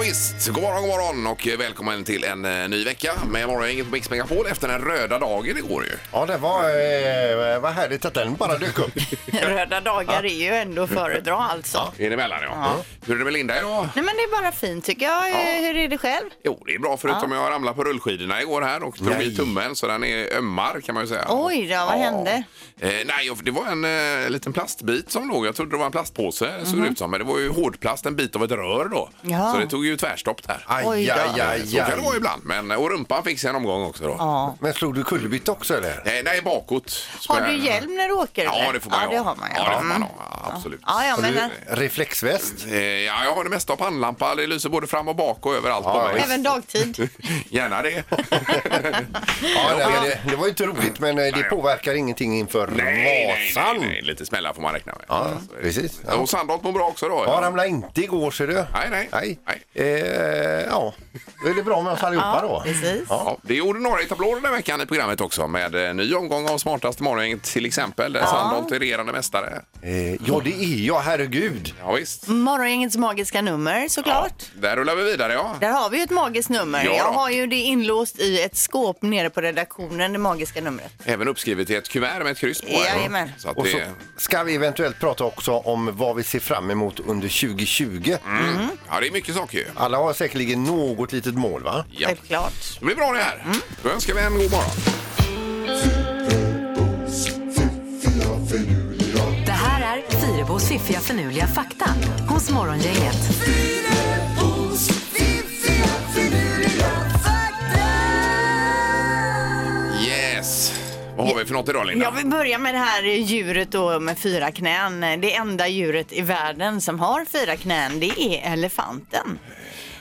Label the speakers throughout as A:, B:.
A: Visst, god morgon, god morgon och välkommen till en eh, ny vecka med Morgongänget på Mix Megapol efter den röda dagen igår ju.
B: Ja, det var eh, vad härligt att den bara dök upp.
C: Röda dagar är ju ändå att föredra alltså.
A: Inemellan ja. Hur är det med Linda idag?
C: Nej men det är bara fint tycker jag. Eh, Hur är det själv?
A: Jo, det är bra förutom jag ramlade på rullskidorna igår här och drog i
B: Nej.
A: tummen så den är ömmar kan man ju säga.
C: Oj då, vad hände?
A: Eh, nej, och det var en eh, liten plastbit som låg. Jag trodde det var en plastpåse såg
C: Mhm.
A: det ut som, men det var ju hårdplast, en bit av ett rör då.
C: Ja.
A: Så det tog ju tvärstopp där.
B: Aj,
C: Oj då.
B: aj, aj,
A: Så kan det vara
B: aj.
A: ibland. Men, eh, och rumpan fick sig en omgång också då.
C: Ja.
B: Men slog du kullerbytta också eller?
A: Eh, nej, bakåt.
C: Har
A: Spänn-
C: du hjälm när du åker?
A: Ja,
C: eller?
A: det får man
C: ja,
A: ha.
C: det har man
A: ja. det får
C: ja. Mm.
A: man ha. Absolut.
C: Ja, ja,
B: Har
C: men eh,
B: du reflexväst?
A: Eh, Ja, jag har det mesta av pannlampa. Det lyser både fram och bak och överallt
B: Ja,
A: på mig.
B: visst.
C: även dagtid.
A: Gärna det.
B: Ja, nej, men det, det var ju inte roligt men eh, det
A: Nej.
B: påverkar ingenting inför
A: nej,
B: Vasan.
A: nej. Lite smällar får man räkna med.
B: Ja, precis.
A: Ja. Och Sandholt mår bra också då?
B: Ja, ramlade inte igår ser du.
A: Nej, nej. Nej.
B: Eh, ja, det är väl bra med oss allihopa då.
C: Precis.
A: Ja, det gjorde några tablåer den här veckan i programmet också med eh, ny omgång av smartaste morgon till exempel. Där Sandholt är regerande mästare.
B: Eh, ja, det är jag, herregud.
A: Ja, visst.
C: Mm, Morgongängets magiska nummer såklart.
A: Där rullar vi vidare ja.
C: Där har vi ju ett magiskt nummer.
A: Ja då.
C: jag har ju det inlåst i ett skåp nere på redaktionen, det magiska numret.
A: Även uppskrivet i ett kuvert med ett kryss på.
C: Jajamän.
A: Så att
B: Och så
A: det...
B: ska vi eventuellt prata också om vad vi ser fram emot under 2020.
A: Mm. Ja, det är mycket saker ju.
B: Alla har säkerligen något litet mål va?
A: Ja.
C: Självklart. Mm.
A: Det blir bra det här. Då önskar vi en god morgon.
D: Det här är Fyrabos fiffiga förnuliga fakta hos Morgongänget.
A: Yes! Vad har vi för något idag Linda?
C: Jag vill börja med det här djuret då med fyra knän. Det enda djuret i världen som har fyra knän, det är elefanten.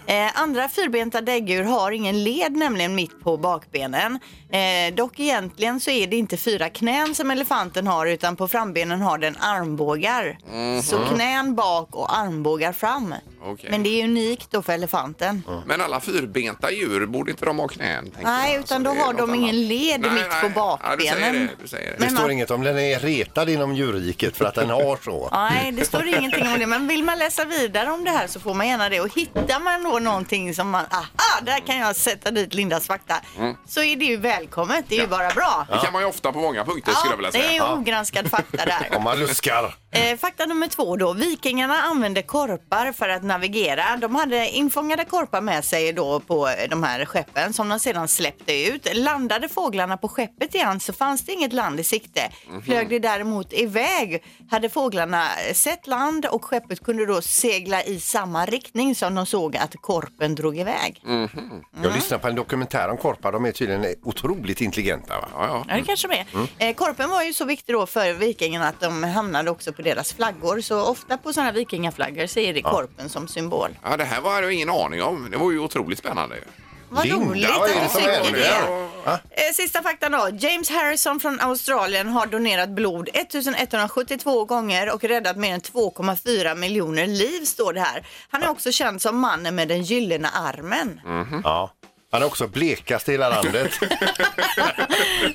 C: Eh, andra fyrbenta däggdjur har ingen led nämligen mitt på bakbenen. Eh, dock egentligen så är det inte fyra knän som elefanten har utan på frambenen har den armbågar. Så knän bak och armbågar fram.
A: Okej.
C: Men det är unikt då för elefanten.
A: Men alla fyrbenta djur, borde inte de ha knän? tänker
C: Nej,
A: jag.
C: utan
A: Så
C: då
A: det är
C: har de
A: något annat.
C: ingen led mitt på
A: Ja, du säger
C: bakbenen.
A: det. Du säger det.
B: Det
C: Men
B: står
C: man-
B: inget om den är retad inom djurriket för att den har så.
C: Nej, det står ingenting om det. Men vill man läsa vidare om det här så får man gärna det. Och hittar man då någonting som man, aha, där kan jag sätta dit Lindas fakta.
A: Mm.
C: Så är det ju välkommet. Det är ju bara bra.
A: Det kan man ju ofta på många punkter skulle jag vilja
C: det är ju
A: säga.
C: ogranskad fakta där.
B: Om man luskar.
C: Eh, fakta nummer två då. Vikingarna använde korpar för att navigera. De hade infångade korpar med sig då på eh, de här skeppen som de sedan släppte ut. Landade fåglarna på skeppet igen så fanns det inget land i sikte. Flög det däremot iväg hade fåglarna eh, sett land och skeppet kunde då segla i samma riktning som de såg att korpen drog iväg.
B: Jag
C: Mm.
B: lyssnade på en dokumentär om korpar. De är tydligen otroligt intelligenta. Va?
A: Ja, ja.
C: Ja, det kanske de är. Eh, korpen var ju så viktig då för vikingarna att de hamnade också på deras flaggor. Så ofta på sådana vikingaflaggor så är det korpen som symbol.
A: ja, det här var jag ju ingen aning om. Det var ju otroligt spännande. ju.
C: Vad
B: Linda,
C: roligt
B: vad är det
C: att du
B: som
C: tycker
B: händer?
C: det.
B: Ja.
C: Eh, Sista faktan då. James Harrison från Australien har donerat blod 1172 gånger och räddat mer än 2,4 miljoner liv står det här. Han är också känd som mannen med den gyllene armen.
B: Mm. Ja. Han är också blekast i hela landet.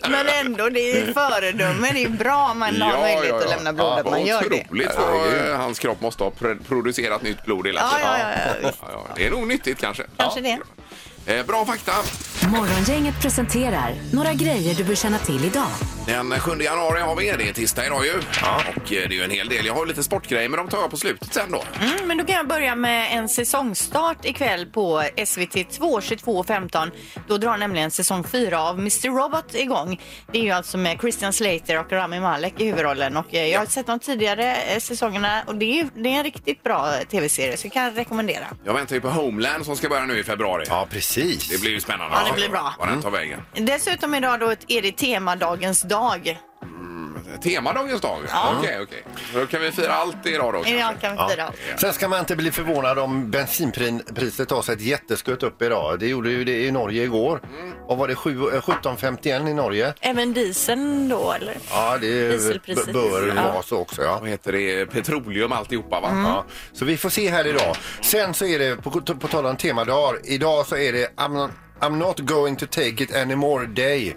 C: Men ändå, det är ju föredöme. Det är bra om man har möjlighet att lämna blod att
A: Vad
C: man gör det.
A: otroligt vad eh, hans kropp måste ha pr- producerat nytt blod hela
C: Ja,
A: tiden.
C: ja, ja, ja, visst.
A: Ja, ja. Det är nog nyttigt kanske.
C: Kanske
A: Ja. Eh, Bra fakta.
D: Morgongänget presenterar några grejer du bör känna till idag.
A: Den 7 januari har vi det. Det är tisdag idag ju. Och eh, det är ju en hel del. Jag har lite sportgrejer men de tar jag på slutet sen då.
C: Mm, men då kan jag börja med en säsongstart ikväll på SVT 2, 22.15. Då drar nämligen säsong 4 av Mr Robot igång. Det är ju alltså med Christian Slater och Rami Malek i huvudrollen. Och eh, jag har sett de tidigare eh, säsongerna och det är, ju- det är en riktigt bra eh, tv-serie så jag kan rekommendera.
A: Jag väntar ju på Homeland som ska börja nu i februari.
B: Ja, precis.
A: Det blir ju spännande.
C: Ja, det blir bra. Mm.
A: Vad den tar vägen.
C: Dessutom idag då ett- är det temadagens dag.
A: Temadagens dag? Ja. Okej, okej. Då kan vi fira allt idag då kanske.
C: Idag kan vi fira.
B: Sen ska man inte bli förvånad om bensinpriset tar sig ett jätteskutt upp idag. Det gjorde ju det i Norge igår.
A: Mm.
B: Och var det sju- eh, 17,51 i Norge?
C: Även dieseln då eller?
B: Ja, det
C: Dieselpriset.
B: b- bör
C: Ja.
B: vara så också. Ja.
A: Vad heter det? Petroleum alltihopa va?
C: Mm.
B: Ja, så vi får se här idag. Sen så är det, på, på tal om temadagar, idag så är det I'm not, I'm not going to take it anymore day.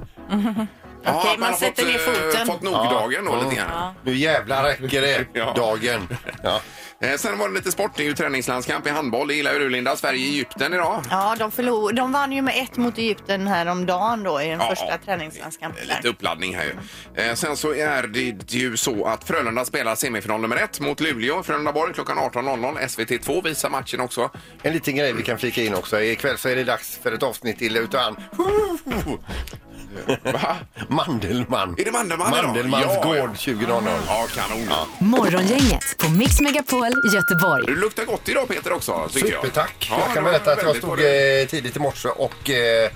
A: Ja,
C: Okej,
A: att
C: man
A: har
C: sätter
A: fått,
C: ner
A: eh,
C: foten.
A: fått nog-dagen då lite grann.
B: Nu jävlar räcker det,
A: Ja.
B: dagen. Ja.
A: Eh, sen var det lite sport. Det är ju träningslandskamp i handboll. Det gillar ju du Linda. Sverige-Egypten idag.
C: Ja, de, förlor, de vann ju med ett mot Egypten häromdagen då i den
A: Ja, ja.
C: första träningslandskampen. där.
A: Lite uppladdning här ju. Eh, sen så är det ju så att Frölunda spelar semifinal nummer ett mot Luleå. Frölunda-Borg klockan 18.00. SVT2 visar matchen också.
B: En liten grej vi kan flika in också. Ikväll så är det dags för ett avsnitt till utan
A: Va?
B: Mandelmann.
A: Är det Mandelmann idag?
B: Mandelmanns
A: Ja, ja.
B: gård 2000.
A: Ja, kanon.
D: Morgongänget på Mix Megapol Göteborg.
A: Du luktar gott idag Peter också tycker jag.
B: Supertack!
A: Ja,
B: jag kan
A: det var
B: berätta att jag
A: väldigt
B: stod
A: bra.
B: eh, tidigt i morse och eh,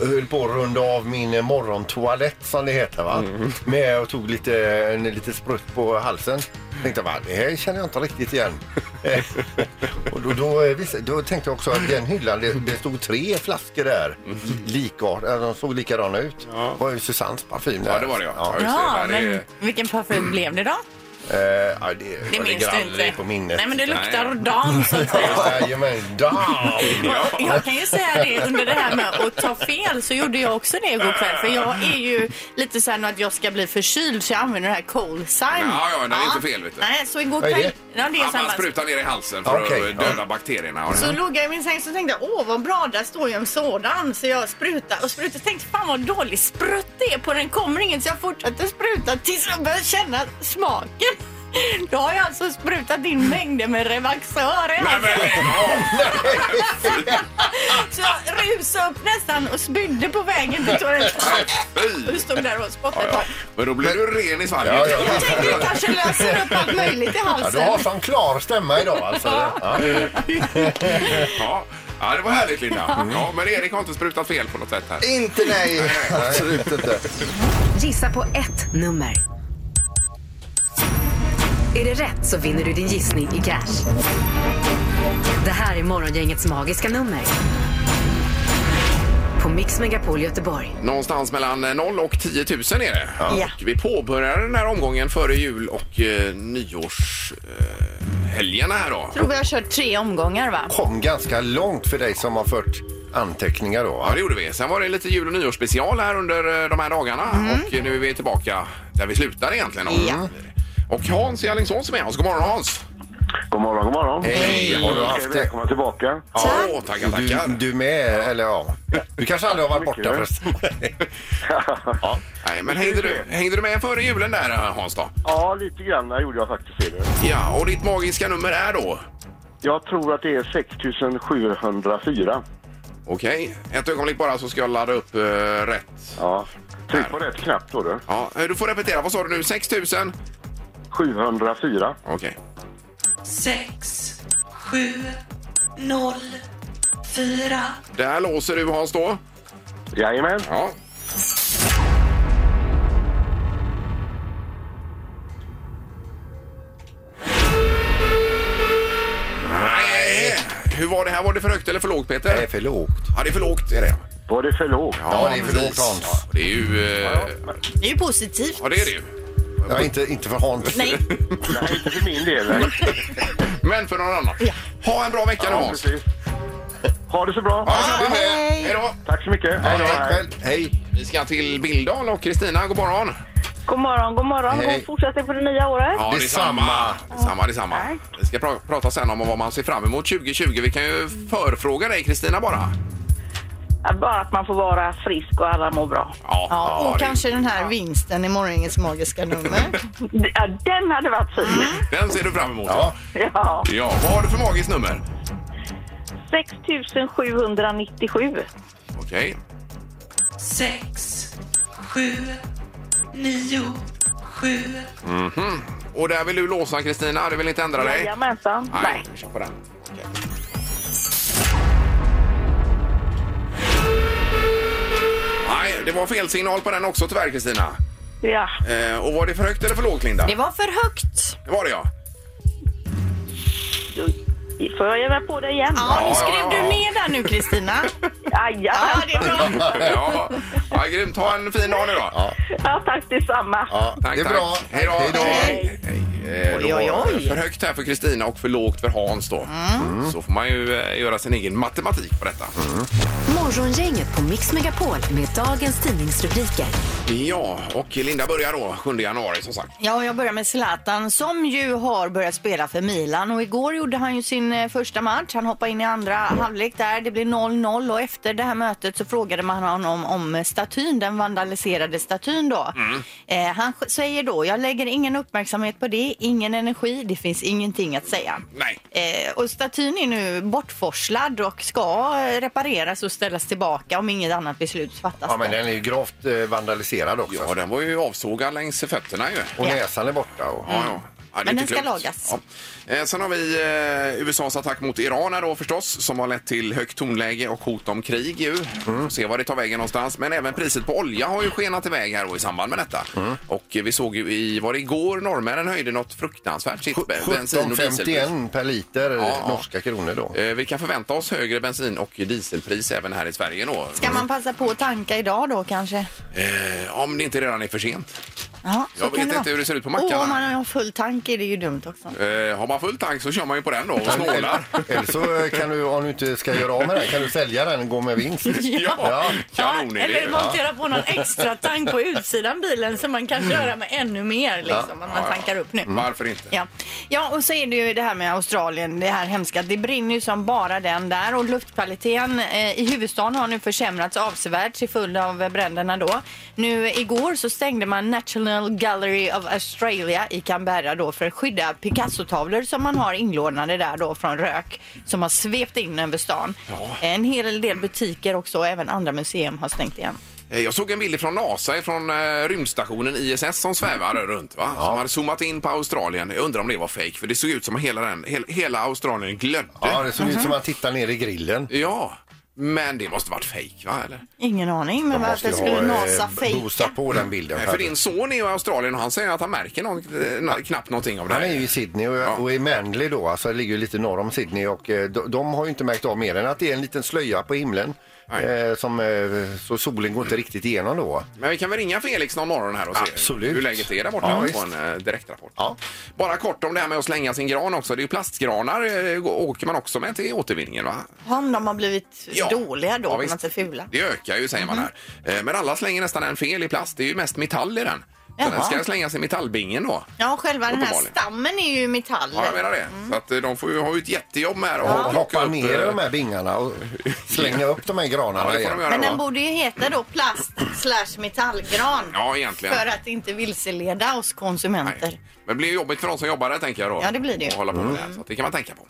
B: höll på att runda av min eh, morgontoalett som det heter va.
A: Mm.
B: Men jag tog lite, en, lite sprutt på halsen. Tänkte va, det här känner jag inte riktigt igen. Eh, och då, då, eh, visst, då tänkte jag också att den hyllan, det, det stod tre flaskor där.
A: Mm.
B: Likart, eh, de såg likadana ut. Det var ju Susannes parfym där.
A: Ja, det var det ja. ja. just
C: Ja,
A: det. Där
C: men
A: är-
C: vilken parfym blev det då?
B: Eh, ja, det,
C: Det
B: jag
C: minns
B: ligger
C: du
B: aldrig
C: inte.
B: på minnet.
C: Nej, men det
A: Nej.
C: luktar dan så att säga.
B: Jajamän, down!
C: Och Jag kan ju säga det under det här med att ta fel så gjorde jag också det igår kväll. För jag är ju lite så här nu att jag ska bli förkyld så jag använder det här cold sign.
A: Ja, ja, det är inte fel, vet du.
C: Nej, så igår
B: Vad är
C: kväll.
B: det?
C: Ja, det är
A: Ja, man
C: samma.
A: sprutar ner i halsen för
B: Okej,
A: att
B: ja.
A: döda bakterierna.
C: Så låg jag i min säng så tänkte jag, åh vad bra, där står ju en sådan. Så jag sprutade och sprutade. Tänkte fan vad dålig sprutt det är på den kommer ingen. Så jag fortsatte spruta tills jag började känna smaken. Då har jag alltså sprutat in mängder med Revaxör i
A: Nej, men
C: halsen.
A: lägg av!
C: Så jag rusade upp nästan och spydde på vägen till toaletten. Du
A: Fy!
C: stod där och spottade ett
A: Ja,
C: tag.
A: Men då blir du ren i svalget.
B: Ja, ja.
C: Jag tänkte du kanske löser upp allt möjligt i
B: Ja, du
C: halsen.
B: har sån klar stämma idag alltså. Ja.
A: Ja. Ja, det var härligt Linda. Ja, men Erik har inte sprutat fel på något sätt här.
B: Inte nej, absolut inte.
D: Gissa på ett nummer. Är det rätt så vinner du din gissning i cash. Det här är Morgongängets magiska nummer. På Mix Megapol Göteborg.
A: Någonstans mellan 0 och 10 000 är det.
C: Ja.
A: Och vi påbörjade den här omgången före jul och eh, nyårshelgen här då.
C: Jag tror vi har kört tre omgångar va?
B: Kom ganska långt för dig som har fört anteckningar då.
A: Ja, det gjorde vi. Sen var det lite jul och nyårsspecial här under eh, de här dagarna och nu är vi tillbaka där vi slutade egentligen. då.
C: Mm. Ja.
A: Och Hans i Alingsås som är med oss. God morgon Hans!
E: God morgon, god morgon.
B: Hej, har du haft det?
E: Välkomna tillbaka.
C: Tack.
A: Åh, tackar, tackar.
B: Du, du med, eller ja. Du kanske aldrig har varit borta
E: Mycket.
B: förresten.
A: Nej, men hängde du, hängde du med före julen där eh, Hans då?
E: ja, lite grann där gjorde jag faktiskt det.
A: Ja, och ditt magiska nummer är då?
E: Jag tror att det är 6704.
A: Okej, ett ögonblick bara så ska jag ladda upp eh, rätt.
E: Ja. Tryck på rätt knapp då du.
A: Ja, eh, du får repetera. Vad sa du nu? 6 000?
E: 704.
A: Okej.
F: sex, sju, noll, fyra.
A: Där låser du Hans då.
E: Jajamän.
A: Ja. Nej! Hur var det här? Var det för högt eller för lågt
B: Det är
A: Peter?
B: för lågt.
A: Ja, det är för lågt är det.
E: Var det för lågt?
B: Ja, det är för
A: precis.
B: lågt, Hans.
A: Ja, Det är ju... eh,
C: Det är ju positivt.
A: Ja, det är det ju.
B: Ja, inte, inte för Hans.
C: Nej,
E: Nej, inte för min del. nej.
A: Men för någon annan. Ha en bra vecka nu
E: Ja,
A: Hans.
E: precis. Ha det så bra.
A: Ja, detsamma.
C: Hej.
A: Hej då!
E: Tack så mycket. Hej då.
B: Tack själv. Hej.
A: Vi ska till Bildal och Kristina, god morgon.
G: God morgon, god morgon.
B: Hej.
G: God fortsättning på det nya året.
A: Ja,
B: Detsamma.
A: Detsamma, detsamma. Vi ska pra- prata sen om vad man ser fram emot 2020. Vi kan ju förfråga dig Kristina bara.
G: Ja. Bara att man får vara frisk och alla mår bra.
A: Ja,
C: Ja, och
A: det-
C: kanske den här vinsten i morgonens magiska nummer.
G: D- Ja, den hade varit fin.
A: Den ser du fram emot. Ja.
B: Ja.
C: Mm.
G: Ja.
A: ja. Vad har du för magiskt nummer?
G: 6797.
A: Okej.
F: Sex, sju, nio, sju.
A: Mhm. Och där vill du låsa Kristina, du vill inte ändra dig?
G: Jajamensan. Nej.
A: vi kör på den. Okej. Nej, det var fel signal på den också tyvärr Kristina.
G: Ja.
A: Eh, och var det för högt eller för lågt Linda?
C: Det var för högt.
A: Det var det ja.
G: Då Får jag ge mig på det igen?
C: Ja, nu
A: ja,
C: skrev du
A: ja.
C: ner den nu Kristina. Ja, det är
G: Jajamensan.
C: bra.
A: ja. ja, grymt. Ha en fin dag nu då.
G: Ja, tack detsamma.
B: Ja,
A: Tack,
B: det är
A: tack.
B: bra.
A: Hej då.
B: Hej då.
A: Hej. Hej. Eh,
C: Oj,
A: det var
C: oj, oj. Mm.
A: För högt här för Kristina och för lågt för Hans då. Så får man ju eh, göra sin egen matematik på detta.
D: Morgongänget på Mix Megapol med dagens tidningsrubriker.
A: Ja, och Linda börjar då 7 januari som sagt.
C: Ja, jag börjar med Zlatan som ju har börjat spela för Milan och igår gjorde han ju sin eh, första match. Han hoppade in i andra halvlek där. Det blev 0-0 och efter det här mötet så frågade man honom om statyn, den vandaliserade statyn då.
B: Mm.
C: Eh, han sk- säger då, jag lägger ingen uppmärksamhet på det, ingen energi, det finns ingenting att säga.
A: Nej.
C: Eh, och statyn är nu bortforslad och ska eh, repareras och ställas tillbaka om inget annat beslut fattas.
B: Ja, men
C: då.
B: den är ju gravt eh, vandaliserad också.
A: Ja, den var ju avsågad längs fötterna ju.
B: Och
C: Ja.
B: näsan är borta. Och...
A: Ja, ja. Ja, det är
C: Eh, Men
A: inte
C: den ska
A: klokt.
C: lagas.
A: Ja. Eh, Sen har vi eh, USAs attack mot Iran här då förstås som har lett till högt tonläge och hot om krig ju.
C: Mm.
A: Får se var det tar vägen någonstans. Men även priset på olja har ju skenat iväg här då i samband med detta.
C: Mm.
A: Och eh, vi såg ju i, var det igår, norrmännen höjde något fruktansvärt sitt be- bensin och dieselpris.
B: 17,51 per liter
A: Ja, ja.
B: norska kronor då.
A: Eh, Vi kan förvänta oss högre bensin och dieselpris även här i Sverige då.
C: Ska man passa på att tanka idag då kanske?
A: Eh, Om det inte redan är för sent.
C: Ja, så
A: Jag
C: kan
A: vet
C: det
A: inte
C: vara.
A: hur det ser ut på mackarna.
C: Och om man har full tank är det ju dumt också.
A: Eh, Har man full tank så kör man ju på den då och snålar.
B: Eller så eh, kan du, om du inte ska göra av med den, kan du sälja den och gå med vinst.
A: Ja, kanonidé.
H: eller montera på någon extra tank på utsidan bilen så man kan köra med ännu mer liksom, om man tankar upp nu.
A: Varför inte?
C: Ja. ja, och så är det ju det här med Australien, det här hemska. Det brinner ju som bara den där och luftkvaliteten eh, i huvudstaden har nu försämrats avsevärt till följd av eh, bränderna då. Nu igår så stängde man National Gallery of Australia i Canberra då för att skydda Picasso-tavlor som man har inlånade där då från rök som har svept in över stan. En hel del butiker också och även andra museum har stängt igen.
A: Eh, Jag såg en bild från NASA från eh, rymdstationen ISS som
B: Mm.
A: svävade runt. Va? Som hade zoomat in på Australien. Jag undrar om det var fake för det såg ut som att hela, den, hel, hela Australien glödde.
B: Ja,
A: Ja.
B: det såg ut som att titta ner i grillen.
A: men det måste varit fake va? Eller?
C: Ingen aning, men varför skulle NASA fejka?
B: boostat eh, på den bilden.
A: Nej, för din son är ju i Australien och han säger att han märker någon, eh, na- knappt någonting av det
B: Han är
A: här.
B: ju i Sydney och, och i Manly då, alltså det ligger ju lite norr om Sydney och eh, de, de har ju inte märkt av mer än att det är en liten slöja på himlen.
A: Nej.
B: Eh, som, eh, så solen går inte riktigt igenom då.
A: Men vi kan väl ringa Felix någon morgon här och se
B: Absolut.
A: hur läget är där borta
B: Ja,
A: och
B: visst.
A: få en eh, direktrapport.
B: Ja.
A: Bara kort om det här med att slänga sin gran också. Det är ju plastgranar eh, åker man också med till återvinningen va?
C: Om de har blivit
A: Ja.
C: dåliga då,
A: Ja,
C: ja,
A: visst.
C: man säger fula. Mhm.
A: Det ökar ju säger man här. Eh, Men alla slänger nästan en fel i plast. Det är ju mest metall i den. Så
C: Jaha.
A: den ska slängas i metallbingen då.
C: Ja, själva den här
A: Uppenbarligen.
C: stammen är ju metall.
A: Ja, jag menar det.
C: Mm.
A: Så att eh, de får ju ha ett jättejobb med här och
B: Och
A: plocka
B: Hoppa
A: upp,
B: ner i
A: eh,
B: de här bingarna och slänga upp de här
A: Ja,
B: granarna
A: det får de
B: igen.
A: göra
C: Men
A: va?
C: den borde ju heta då plast slash metallgran.
A: Ja, egentligen.
C: För att inte vilseleda oss konsumenter.
A: Nej. Men det blir ju jobbigt för de som jobbar där tänker jag då.
C: Ja, det blir det ju. Mm.
A: Och hålla på med det här. Så att det kan man tänka på.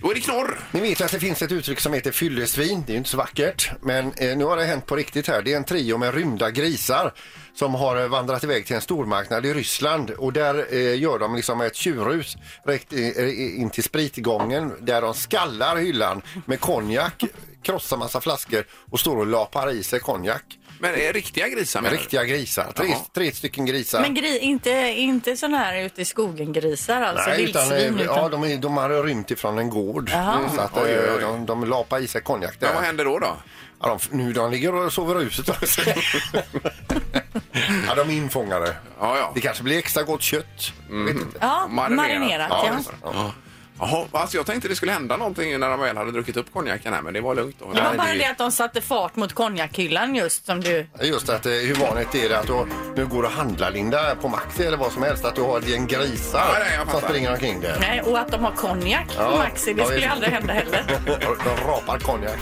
A: Då är det knorr.
B: Ni vet att det finns ett uttryck som heter fyllesvin. Det är ju inte så vackert. Men eh, nu har det hänt på riktigt här. Det är en trio med rymda grisar som har eh, vandrat iväg till en stormarknad i Ryssland. Och där eh, gör de liksom ett tjurhus rätt eh, eh, in till spritgången där de skallar hyllan med konjak, krossar massa flaskor och står och lapar i sig konjak.
A: Men är eh, riktiga grisar menar du?
B: Riktiga grisar. Tre,
A: Jaha.
B: tre stycken grisar.
H: Men gri, inte, inte sån här ute i skogen-grisar, alltså
B: Nej, utan,
H: vildsvin.
B: eh,
H: Utan,
B: ja, de, är- de hade rymt ifrån en gård. Så att, eh,
A: Oj, oj, oj.
B: De, de lapar i sig konjak där.
A: Men vad händer då då?
B: Ja, de, nu de ligger och sover huset också. ja, de är infångade.
A: Ja, ja. Mhm.
B: Det kanske blir extra gott kött. Vet inte.
H: ja,
A: marinerat.
H: marinerat.
A: Ja,
H: ja.
A: just Ja. Jaha, alltså jag tänkte det skulle hända någonting när de väl hade druckit upp konjaken här men det var lugnt då.
H: Det var
B: Nej,
H: bara
B: det är-
H: det att de satte fart mot konjakhyllan just som du...
B: Just att eh, hur vanligt är det att du nu går och handlar Linda på Maxi eller vad som helst att du har ett gäng grisar
A: Ja, nej, jag
B: som
A: fattar.
B: springer omkring där.
H: Nej, och att de har konjak
B: Ja,
H: på Maxi, det
B: ja,
H: skulle
B: visst.
H: ju aldrig hända heller.
B: De rapar konjak.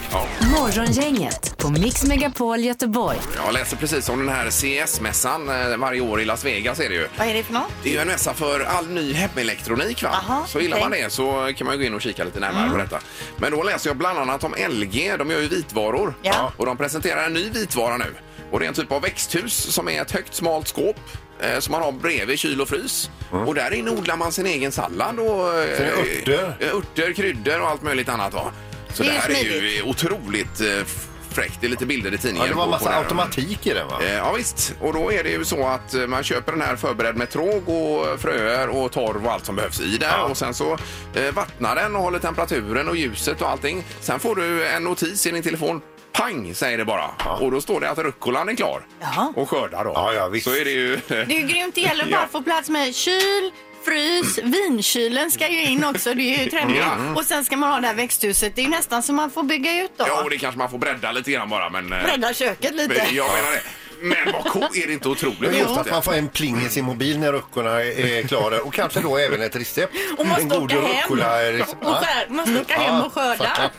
D: Morgongänget på Mix Megapol Göteborg.
A: Jag läser precis om den här CS-mässan eh, varje år i Las Vegas är det ju.
C: Vad är det för något?
A: Det är ju en mässa för all ny hemelektronik. Va?
C: Aha,
A: så gillar
C: okej. Mm.
A: man det så kan man ju gå in och kika lite närmare på detta. Men då läser jag bland annat om LG. De gör ju vitvaror
C: Ja.
A: och de presenterar en ny vitvara nu. Och det är en typ av växthus som är ett högt smalt skåp eh, som man har bredvid kyl och frys. Och där inne odlar man sin egen sallad och eh,
B: Så det är örter?
A: eh, örter, kryddor och allt möjligt annat. Va? Så det,
C: Det är
A: här är ju
C: smidigt.
A: otroligt eh, f- fräckt. Det är lite bilder i
B: Ja,
A: tidningen.
B: det var
A: på- på
B: massa
A: det här.
B: automatik i den va?
A: Eh, Ja visst, och då är det ju så att eh, man köper den här förberedd med tråg och fröer och torv och allt som behövs i där. Och sen så eh, vattnar den och håller temperaturen och ljuset och allting. Sen får du en notis i din telefon. Pang säger det bara. Och då står det att rucolan är klar.
C: Jaha.
A: Och skördar då.
B: Ja, ja, visst.
A: Så är det ju...
C: Det är ju grymt, det gäller bara
A: Ja.
C: att få plats med kyl, frys, vinkylen ska ju in också. Det är ju trendigt.
A: Ja.
C: Och sen ska man ha det här växthuset. Det är ju nästan som man får bygga ut då.
A: Ja, och det kanske man får bredda lite grann bara. Men, eh,
C: Bredda köket lite.
A: men jag menar det. Men vad cool, är det inte otroligt?
B: Men just
A: Ja.
B: att man får en pling i sin mobil när ruckorna är klara och kanske då även ett recept.
C: Och måste
B: en god
C: åka hem.
B: rucola-recept.
C: Och skär, måste åka hem och skörda.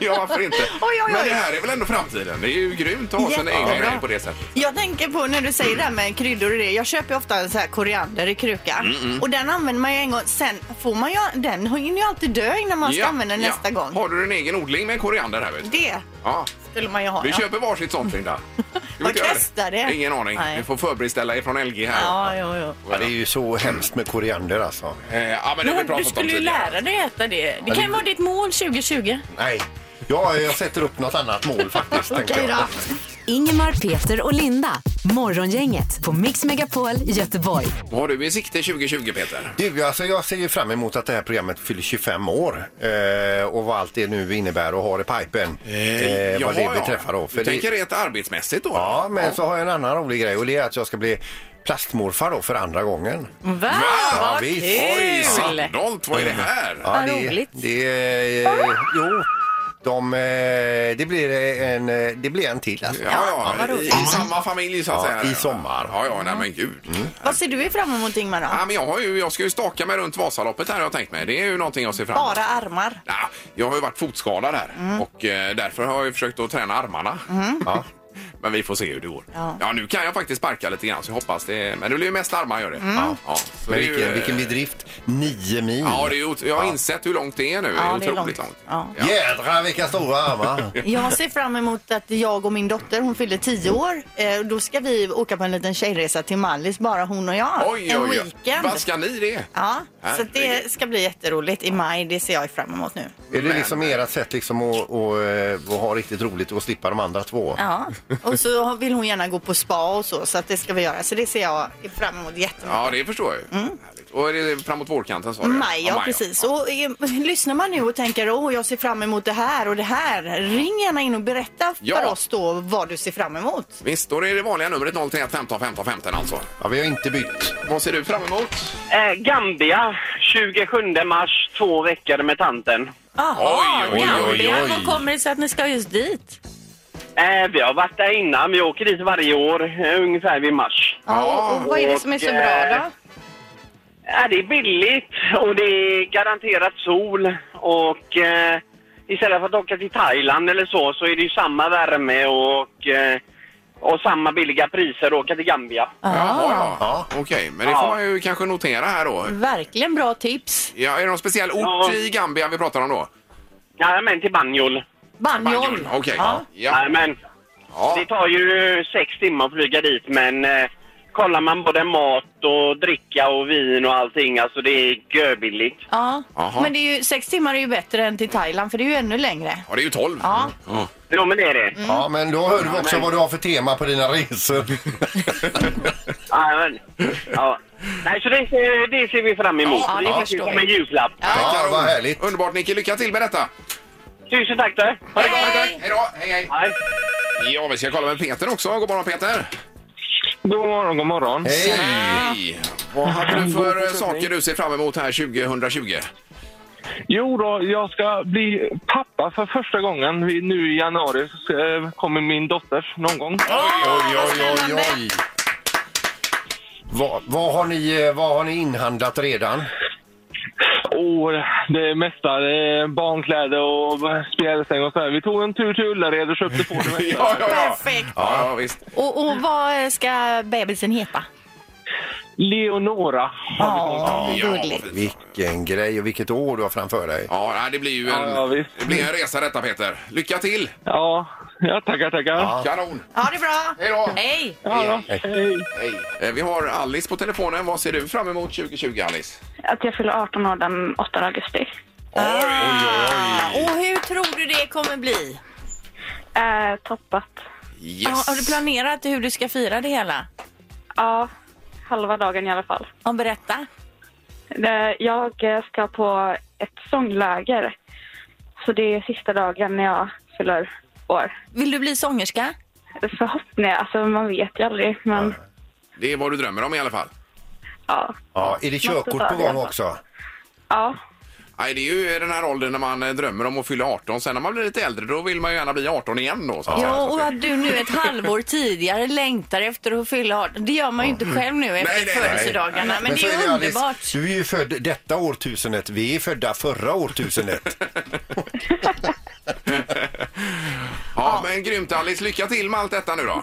A: Ja, varför inte?
C: oj, oj.
A: Men det här är väl ändå framtiden? Det är ju grymt att ha sina egna
C: Jättebra.
A: grejer på det sättet.
C: Jag tänker på när du säger det här med kryddor och det. Jag köper ju ofta så här koriander i kruka.
A: Mm,
C: Och den använder man ju en gång. Sen får man ju, den hinner ju alltid dö innan man ska
A: Ja,
C: använda den
A: ja.
C: nästa gång.
A: Har du en egen odling med koriander här? Vet du?
C: Det
A: Ja.
C: skulle man ju ha.
A: Vi
C: ja.
A: köper varsitt sånt, Linda. Ska vi
C: Vad
A: inte göra
C: kostar det?
A: Ingen aning.
C: Nej.
A: Ni får förbeställa er från LG här.
C: Ja, ja, ja.
B: Ja, det är ju så hemskt med koriander alltså.
A: Eh, ja, men det har vi
H: Men du
A: pratat om
H: skulle ju
A: tidigare.
H: lära dig äta det. Det kan ju vara ditt mål 2020.
B: Nej, ja, jag sätter upp något annat mål faktiskt. tänkte jag.
D: Ingemar, Peter och Linda. Morgongänget på Mix Megapol Göteborg.
A: Vad har du i sikte 2020, Peter?
B: Du, alltså jag ser ju fram emot att det här programmet fyller 25 år eh, och vad allt det nu innebär och har i pipen. Eh, vad det beträffar då.
A: För du
B: det-
A: tänker rent arbetsmässigt då?
B: Ja, men så har jag en annan rolig grej och det är att jag ska bli plastmorfar då för andra gången.
H: Va?
B: Ja,
H: Vad
B: visst.
A: Oj,
H: kul!
A: Sandholt, vad är det här?
B: Ja,
H: Vad roligt.
B: Det, det, eh, jo, de, eh, det, blir en, eh, det blir en till alltså.
A: Ja, ja, i, i samma familj så att
B: Ja,
A: säga.
B: i sommar. Mm.
A: Ja, ja, nej men gud.
C: Vad ser du fram emot Ingmar då?
A: Ja, men jag, har ju, jag ska ju staka mig runt Vasaloppet här har jag tänkt mig. Det är ju någonting jag ser fram emot.
C: Bara armar.
A: Ja, jag har ju varit fotskadad här
C: Mm.
A: och eh, därför har jag ju försökt att träna armarna.
B: Ja.
A: Men vi får se hur det går. Ja.
C: Ja.
A: nu kan jag faktiskt sparka lite grann så jag hoppas det. Men det blir ju mest armar gör det.
C: Mm.
A: Ja. Ja, så
B: Men
A: det är ju,
B: vilken,
A: eh,
B: vilken bedrift! Nio mil!
A: Ja, det är, ju ot- jag har insett hur långt det är nu.
C: Ja,
A: det
C: det
A: är
C: är
A: otroligt långt.
C: långt. Ja.
A: Ja.
B: Jädrar vilka stora armar!
C: Jag ser fram emot att jag och min dotter, hon fyller 10 år. Eh, och Då ska vi åka på en liten tjejresa till Mallis, bara hon och jag.
A: Oj,
C: en
A: oj, oj.
C: weekend.
A: Vad ska ni det?
C: Ja, så att
A: Herregud.
C: det ska bli jätteroligt i maj. Det ser jag fram emot nu.
B: är det liksom ert sätt liksom att, att, eh, att ha riktigt roligt och slippa de andra två?
C: Ja, och så har- vill hon gärna gå på spa och så, så att det ska vi göra. Så det ser jag fram emot jättemycket.
A: Ja, det förstår jag ju. Härligt. Och är det framåt vårkanten sa du?
C: Maj, Mm. ja precis. Och eh, lyssnar man nu och tänker åh, jag ser fram emot det här och det här. Ring gärna in och berätta
A: Ja.
C: för oss då vad du ser fram emot.
A: Visst, då är det vanliga numret 031 15 15 15 alltså.
B: Ja, vi har inte bytt.
A: Vad ser du fram emot?
E: Eh, Gambia, 27 mars, två veckor med tanten.
H: Jaha,
A: Oj, oj, oj,
H: Gambia.
B: oj.
H: Vad kommer det sig att ni ska just dit?
E: Eh, vi har varit där innan. Vi åker dit varje år, eh, ungefär vid mars.
C: Ja, och, och vad är det som är så bra då?
E: Eh, det är billigt och det är garanterat sol. Och eh, istället för att åka till Thailand eller så, så är det ju samma värme och, eh, och samma billiga priser att åka till Gambia.
A: Jaha, ja.
B: Ja.
A: Okej, men det
E: Ja.
A: får man ju kanske notera här då.
C: Verkligen bra tips.
A: Ja, är det någon speciell ort
E: Ja.
A: i Gambia vi pratar om då?
E: Jajamän, till Banjul.
C: Banjol.
A: Okej. Ja.
C: Ja.
A: Ja.
E: Jajamän. Det tar ju sex timmar att flyga dit, men eh, kollar man både mat och dricka och vin och allting, alltså det är göbilligt.
C: Ja,
A: Jaha.
C: men det är ju, sex timmar är ju bättre än till Thailand för det är ju ännu längre.
A: Ja, det är ju 12.
C: Ja.
A: Ja.
E: Jo, men det är
C: Mm.
E: det.
B: Ja, men då hör du också
E: men-
B: vad du har för tema på dina resor.
E: Jajamän. Ja. Nej, så det, ser- det ser vi fram emot.
C: Ja, det
E: är
C: förstår
E: som
C: vi.
E: en julklapp.
B: Ja,
A: Kanon.
B: vad härligt.
A: Underbart, Nicky. Lycka till med detta.
E: Tusen tack, du.
A: Ha det bra, tack. Hej då. Hej, hej.
E: Hej.
A: Ja, vi ska kolla med Peter också. God morgon, Peter.
E: God morgon, god morgon.
B: Hej!
A: Hej. Vad hade du för eh, saker du ser fram emot här 2020?
I: Jo då, jag ska bli pappa för första gången. Vi- Nu i januari så ska- eh, kommer min dotter någon gång.
B: Oj, oj, oj, oj. Vad, vad, har ni, eh, vad har ni inhandlat redan?
I: Och eh, det mesta, det är eh, barnkläder och spjälsäng och sådär. Vi tog en tur till Ullared och köpte på det mesta.
A: ja, ja.
C: Perfekt.
A: Ja, ja, visst.
C: Och, och vad ska bebisen heta?
I: Leonora.
C: Ja,
A: Ja,
C: gulligt.
A: fint.
B: Vilken grej och vilket år du har framför dig.
A: Ja, nej, det blir ju en,
I: Ja, ja, visst.
A: det blir en resa detta, Peter. Lycka till!
I: Ja, ja tackar, tackar.
B: Ja.
A: Kanon!
C: Ha det bra!
A: Hej då!
C: Hej!
I: Ja, då. Hej.
A: Hej. Eh, Vi har Alice på telefonen. Vad ser du fram emot 2020, Alice?
G: Att jag fyller 18 år den 8 augusti.
C: Ah, Och hur tror du det kommer bli?
G: Eh, toppat.
A: Yes!
H: Har du planerat hur du ska fira det hela?
G: Ja, halva dagen i alla fall.
H: Ja, berätta.
G: Det- Jag eh, ska på ett sångläger. Så det är sista dagen när jag fyller år.
H: Vill du bli sångerska?
G: Förhoppningar, alltså man vet ju aldrig. Men
A: Det är vad du drömmer om i alla fall.
G: Ja.
B: Ja, är det körkort på gång också?
G: Ja.
A: Nej, det är ju den här åldern när man eh, drömmer om att fylla 18. Sen när man blir lite äldre då vill man ju gärna bli 18 igen då. Så att säga.
C: Ja,
A: Så
C: och
A: att
C: att du nu ett halvår tidigare längtar efter att fylla 18. Det gör man ju inte själv nu
A: Mm. Nej,
C: efter
A: nej, nej.
C: födelsedagarna. Men,
B: så
C: det är,
B: Alice,
C: underbart.
B: Du är ju född detta årtusendet. Vi är födda förra årtusendet.
A: det- ja, men grymt Alice. Lycka till med allt detta nu då.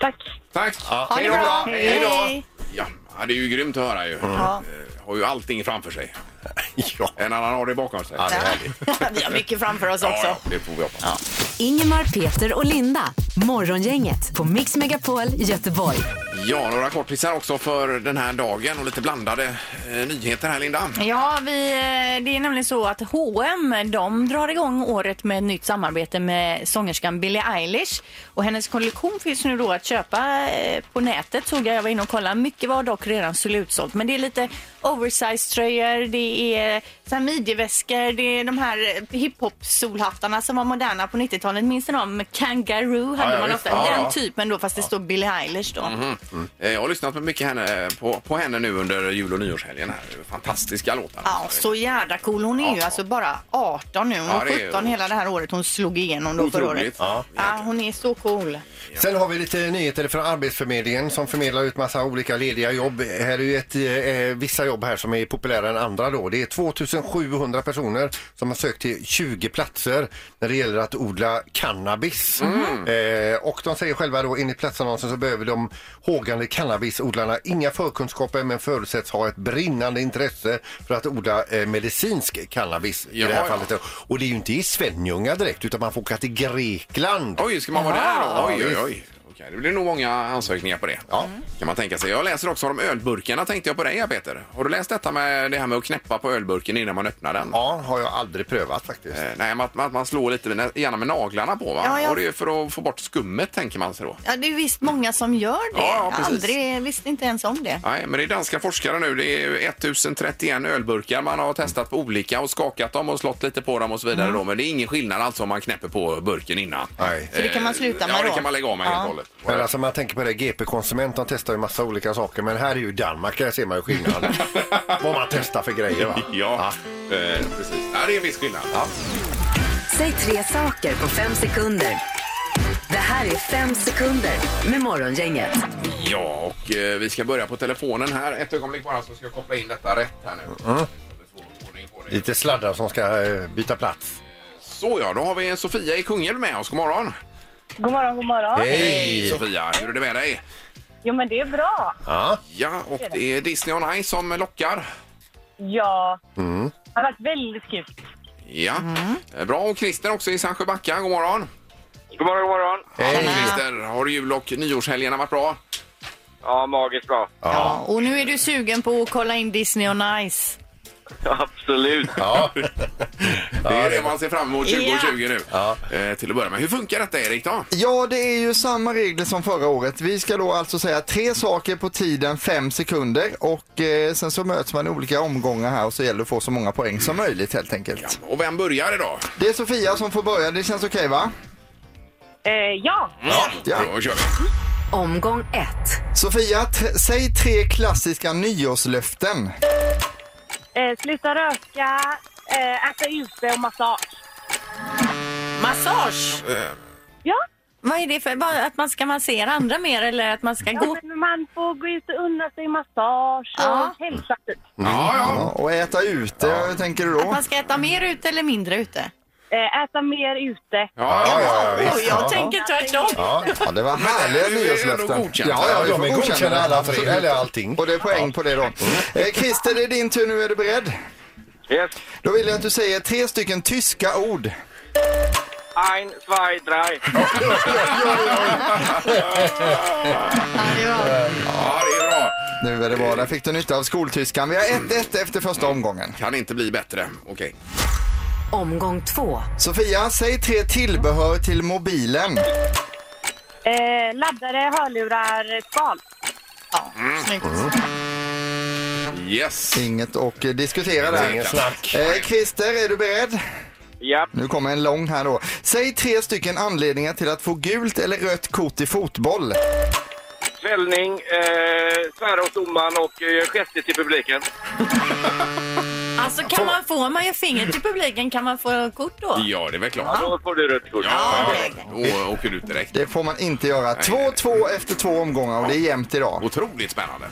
G: Tack.
A: Tack!
B: Ja.
A: Hej då!
C: Ha det bra.
A: Hej då!
C: Hej.
A: Ja, ja, det är ju grymt att höra ju. Eh, Har ju allting framför sig.
B: ja.
A: En annan har det bakom sig.
B: Ja, det är härligt.
C: Vi har mycket framför oss
A: Ja,
C: också.
A: ja, det får vi hoppas.
D: Ingemar, Peter och Linda. Morgongänget på Mix Megapol Göteborg.
A: Ja, några kortisar också för den här dagen och lite blandade eh, nyheter här, Linda.
C: Ja, vi, eh, det är nämligen så att H&M de drar igång året med ett nytt samarbete med sångerskan Billie Eilish. Och hennes kollektion finns nu då att köpa eh, på nätet såg jag. Jag var inne och kollade. Mycket var dock redan slutsålt. Men det är lite oversize-tröjor, det är så här midjeväskor, det är de här eh, hiphop-solhattarna som var moderna på 90-talet. Minns ni dem? Med Kangaroo hade
B: Ja, ja,
C: man
B: visst.
C: ofta.
B: Ja,
C: Den
B: ja. Mm.
C: typen då, fast det står Billie Eilish då.
A: Eh, Jag har lyssnat på mycket henne, eh, på, på henne nu under jul och nyårshelgen. Här. Fantastiska låtar.
C: Ja, så jädra cool. Hon är ju
A: Ja.
C: alltså bara 18 nu. Hon
A: Ja,
C: var
A: det är ju-
C: 17 hela det här året. Hon slog igenom då förra året.
A: Otroligt.
C: Ja.
A: Ja.
C: hon är så cool.
B: Sen har vi lite nyheter från Arbetsförmedlingen som förmedlar ut massa olika lediga jobb. Här är ju ett, eh, eh, vissa jobb här som är populära än andra då. Det är 2700 personer som har sökt till 20 platser när det gäller att odla cannabis.
A: Mm.
B: Eh, och de säger själva då enligt platsannonsen så behöver de hågande cannabisodlarna inga förkunskaper men förutsätts ha ett brinnande intresse för att odla eh, medicinsk cannabis i
A: Ja,
B: det här
A: ja.
B: fallet. då. Och det är ju inte i Svenljunga direkt utan man får åka till Grekland.
A: Oj, ska man vara där? Oj, oj,
B: visst.
A: oj. Okej, det blir nog många ansökningar på det. Ja. Kan man tänka sig. Jag läser också om ölburkarna tänkte jag på dig här, Peter. Har du läst detta med det här med att knäppa på ölburken innan man öppnar den?
B: Ja, har jag aldrig prövat faktiskt.
A: Eh, Nej, man, man, man slår lite med- gärna med naglarna på va?
C: Ja, ja.
A: Och det är för att få bort skummet tänker man sig då.
C: Ja, det är visst många som gör det.
A: Ja, ja,
C: jag
A: precis.
C: aldrig, visste inte ens om det.
A: Nej, men det är danska forskare nu. Det är 1031 ölburkar man har testat på olika och skakat dem och slått lite på dem och så vidare
C: Mm.
A: då. Men det är ingen skillnad alltså om man knäpper på burken innan. Eh,
B: Nej.
C: Så det kan man sluta
A: Ja,
C: med
A: det
C: då?
A: kan man lägga av med helt
C: Ja.
A: och hållet.
B: Men alltså man tänker på det, GP Konsument de testar ju massa olika saker men här är ju Danmark, där ser man ju skillnaden. Vad man testar för grejer va?
A: Ja, eh, precis. Ja, det är en viss skillnad.
D: Säg tre saker på fem sekunder. Det här är fem sekunder med Morgongänget.
A: Ja, och eh, vi ska börja på telefonen här. Ett ögonblick bara så ska jag koppla in detta rätt här nu. Så vi får ordning på det.
B: Lite sladdar som ska eh, byta plats.
A: Så ja, då har vi Sofia i Kungälv med oss. God morgon!
G: God morgon, god morgon.
B: Hej!
A: Sofia, hur är det med dig?
G: Jo, men det är bra.
B: Ja,
A: Ja, och det är Disney on Ice som lockar.
G: Ja.
A: Mm.
G: Det har varit väldigt kul.
A: Ja, Eh, bra. Och Christer också i Sandsjöbacka. God morgon!
E: God morgon, god morgon.
A: Hej! Christer, har jul och nyårshelgerna varit bra?
E: Ja, magiskt bra.
C: Ja, och nu är du sugen på att kolla in Disney on Ice.
E: Absolut.
B: ja.
A: Det är det man ser fram emot 2020 nu.
B: Ja.
A: Eh, till att börja med. Hur funkar detta Erik då?
J: Ja, det är ju samma regler som förra året. Vi ska då alltså säga tre saker på tiden fem sekunder och eh, sen så möts man i olika omgångar här och så gäller det att få så många poäng som möjligt helt enkelt.
A: Och vem börjar idag?
J: Det är Sofia som får börja, det känns okej va?
G: Eh, ja.
A: Ja,
J: Ja.
A: då kör vi.
D: Omgång ett.
J: Sofia, t- säg tre klassiska nyårslöften.
G: Eh, sluta röka, eh, äta ute och massage.
C: Massage!
G: Ja.
C: Vad är det för... Bara att man ska massera andra mer eller att man ska gå...
G: Ja, men man får gå ut och unna sig massage och
C: Ja.
G: hälsa typ.
A: Ja, ja.
J: Ja, och äta ute, hur tänker du
C: Att
J: då?
C: man ska äta mer ute eller mindre ute?
G: Eh, äta mer ute.
A: ja,
B: Ja,
A: ja.
B: ja, ja,
C: Oh,
B: visst.
C: jag tänker tvärtom.
B: Ja,
J: Ja, det var härliga
A: Men det är ju ändå
J: nyårslöften.
A: godkänt.
B: ja,
J: du
B: de
J: får
B: är
J: godkänna
B: godkända
J: det.
B: alla tre,
J: Absolut.
B: eller allting.
J: Och det är poäng på det då. Eh, Christer, det är din tur nu, är du beredd?
E: Yes.
J: Då vill jag att du säger tre stycken tyska ord.
E: Ein, zwei, drei.
A: ja, det är bra.
J: Nu är det bra, där fick du nytta av skoltyskan. Vi har 1-1 efter första omgången.
A: Kan inte bli bättre. Okej.
D: Omgång två.
J: Sofia, säg tre tillbehör till mobilen.
G: Eh, laddare, hörlurar, skal.
C: Ja, snyggt.
A: Yes.
J: Inget att eh, diskutera
B: Ingen
J: där.
B: snack.
J: Eh, Christer, är du beredd?
E: Japp.
J: Nu kommer en lång här då. Säg tre stycken anledningar till att få gult eller rött kort i fotboll.
K: svällning, eh, svära åt domaren och eh, gester till publiken.
C: Alltså kan man få, om man gör fingret till publiken, kan man få kort då?
A: Ja, det är väl klart.
K: Då får du rött kort.
A: Ja, och åker ut direkt.
J: Det får man inte göra. 2-2 efter två omgångar och det är jämnt idag.
A: Otroligt spännande.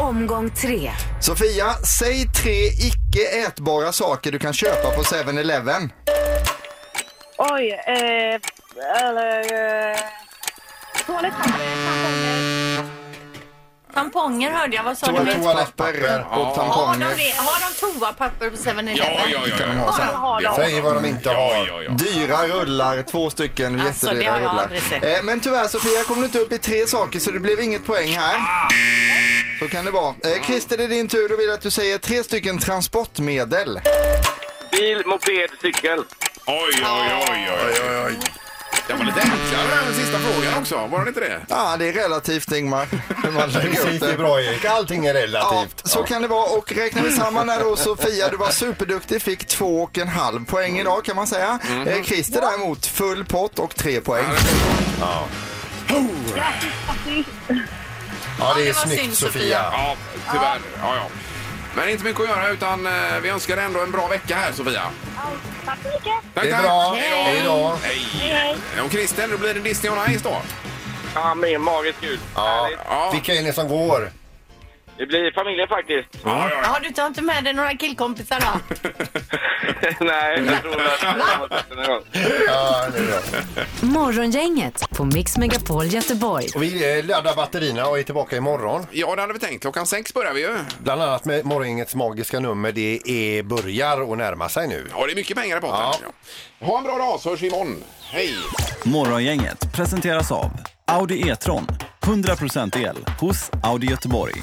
D: Omgång tre.
J: Sofia, säg tre icke ätbara saker du kan köpa på 7-Eleven.
L: Oj, eh, eller... Eh, toalettpapper, tamponger.
C: Tamponger hörde jag, vad sa du?
J: Toalettpapper och
C: Har de,
J: tamponger.
C: det? har de toapapper på 7-Eleven?
A: Ja, ja, ja.
J: kan de
A: ja,
J: ha sen.
A: ja. Det har
B: Säg vad de inte har.
A: Ja, ja, ja.
J: Dyra rullar, två stycken
C: Alltså, det
J: jättedyra
C: har jag
J: rullar.
C: aldrig sett.
J: Eh, men tyvärr Sofia kom du inte upp i tre saker så det blev inget poäng här. Så kan det vara. Eh, Christer det är din tur, då vill jag att du säger tre stycken transportmedel.
K: Bil, moped, cykel.
A: Oj, oj, oj, oj, oj, oj. Det var lite enklare den sista frågan också, var det inte det?
J: Ja, det är relativt Ingmar. Hur man lägger
B: Precis,
J: upp
B: det är
J: det.
B: bra Erik. Allting är
J: Ja,
B: relativt.
J: så kan det vara. Och räknar vi samman här då Sofia, du var superduktig, fick två och en halv poäng idag kan man säga. Eh, Christer däremot, full pott och tre poäng.
B: Ja, det är
C: det var synd,
B: snyggt Sofia.
A: Ja, tyvärr. Ja, ja. Men inte mycket att göra utan eh, vi önskar ändå en bra vecka här Sofia.
L: Tack så mycket.
A: Tack,
B: Det är
A: tack.
B: bra.
A: Hej
B: Hej
A: då.
B: då.
A: Hej. Och Christer, då blir det Disney on Ice då.
K: Ja, men magiskt kul.
B: Ja.
K: Härligt.
A: Ja.
B: Vilka är ni som går?
K: Det blir familjen faktiskt.
A: Ja, ja, ja.
C: Ja, du tar inte med dig några killkompisar då?
K: Nej, jag tror att jag har sett den en gång.
B: Ja, det är bra.
D: Morgongänget på Mix Megapol Göteborg.
B: Och vi eh, laddar batterierna och är tillbaka imorgon.
A: ja, det hade vi tänkt. Klockan sex börjar vi ju.
B: Bland annat med morgongängets magiska nummer. Det är börjar och närma sig nu.
A: Ja, det är mycket pengar i potten.
B: Ja.
A: Ja. Ha en bra dag så hörs vi imorgon. Hej!
G: Morgongänget presenteras av Audi E-tron. 100% el hos Audi Göteborg.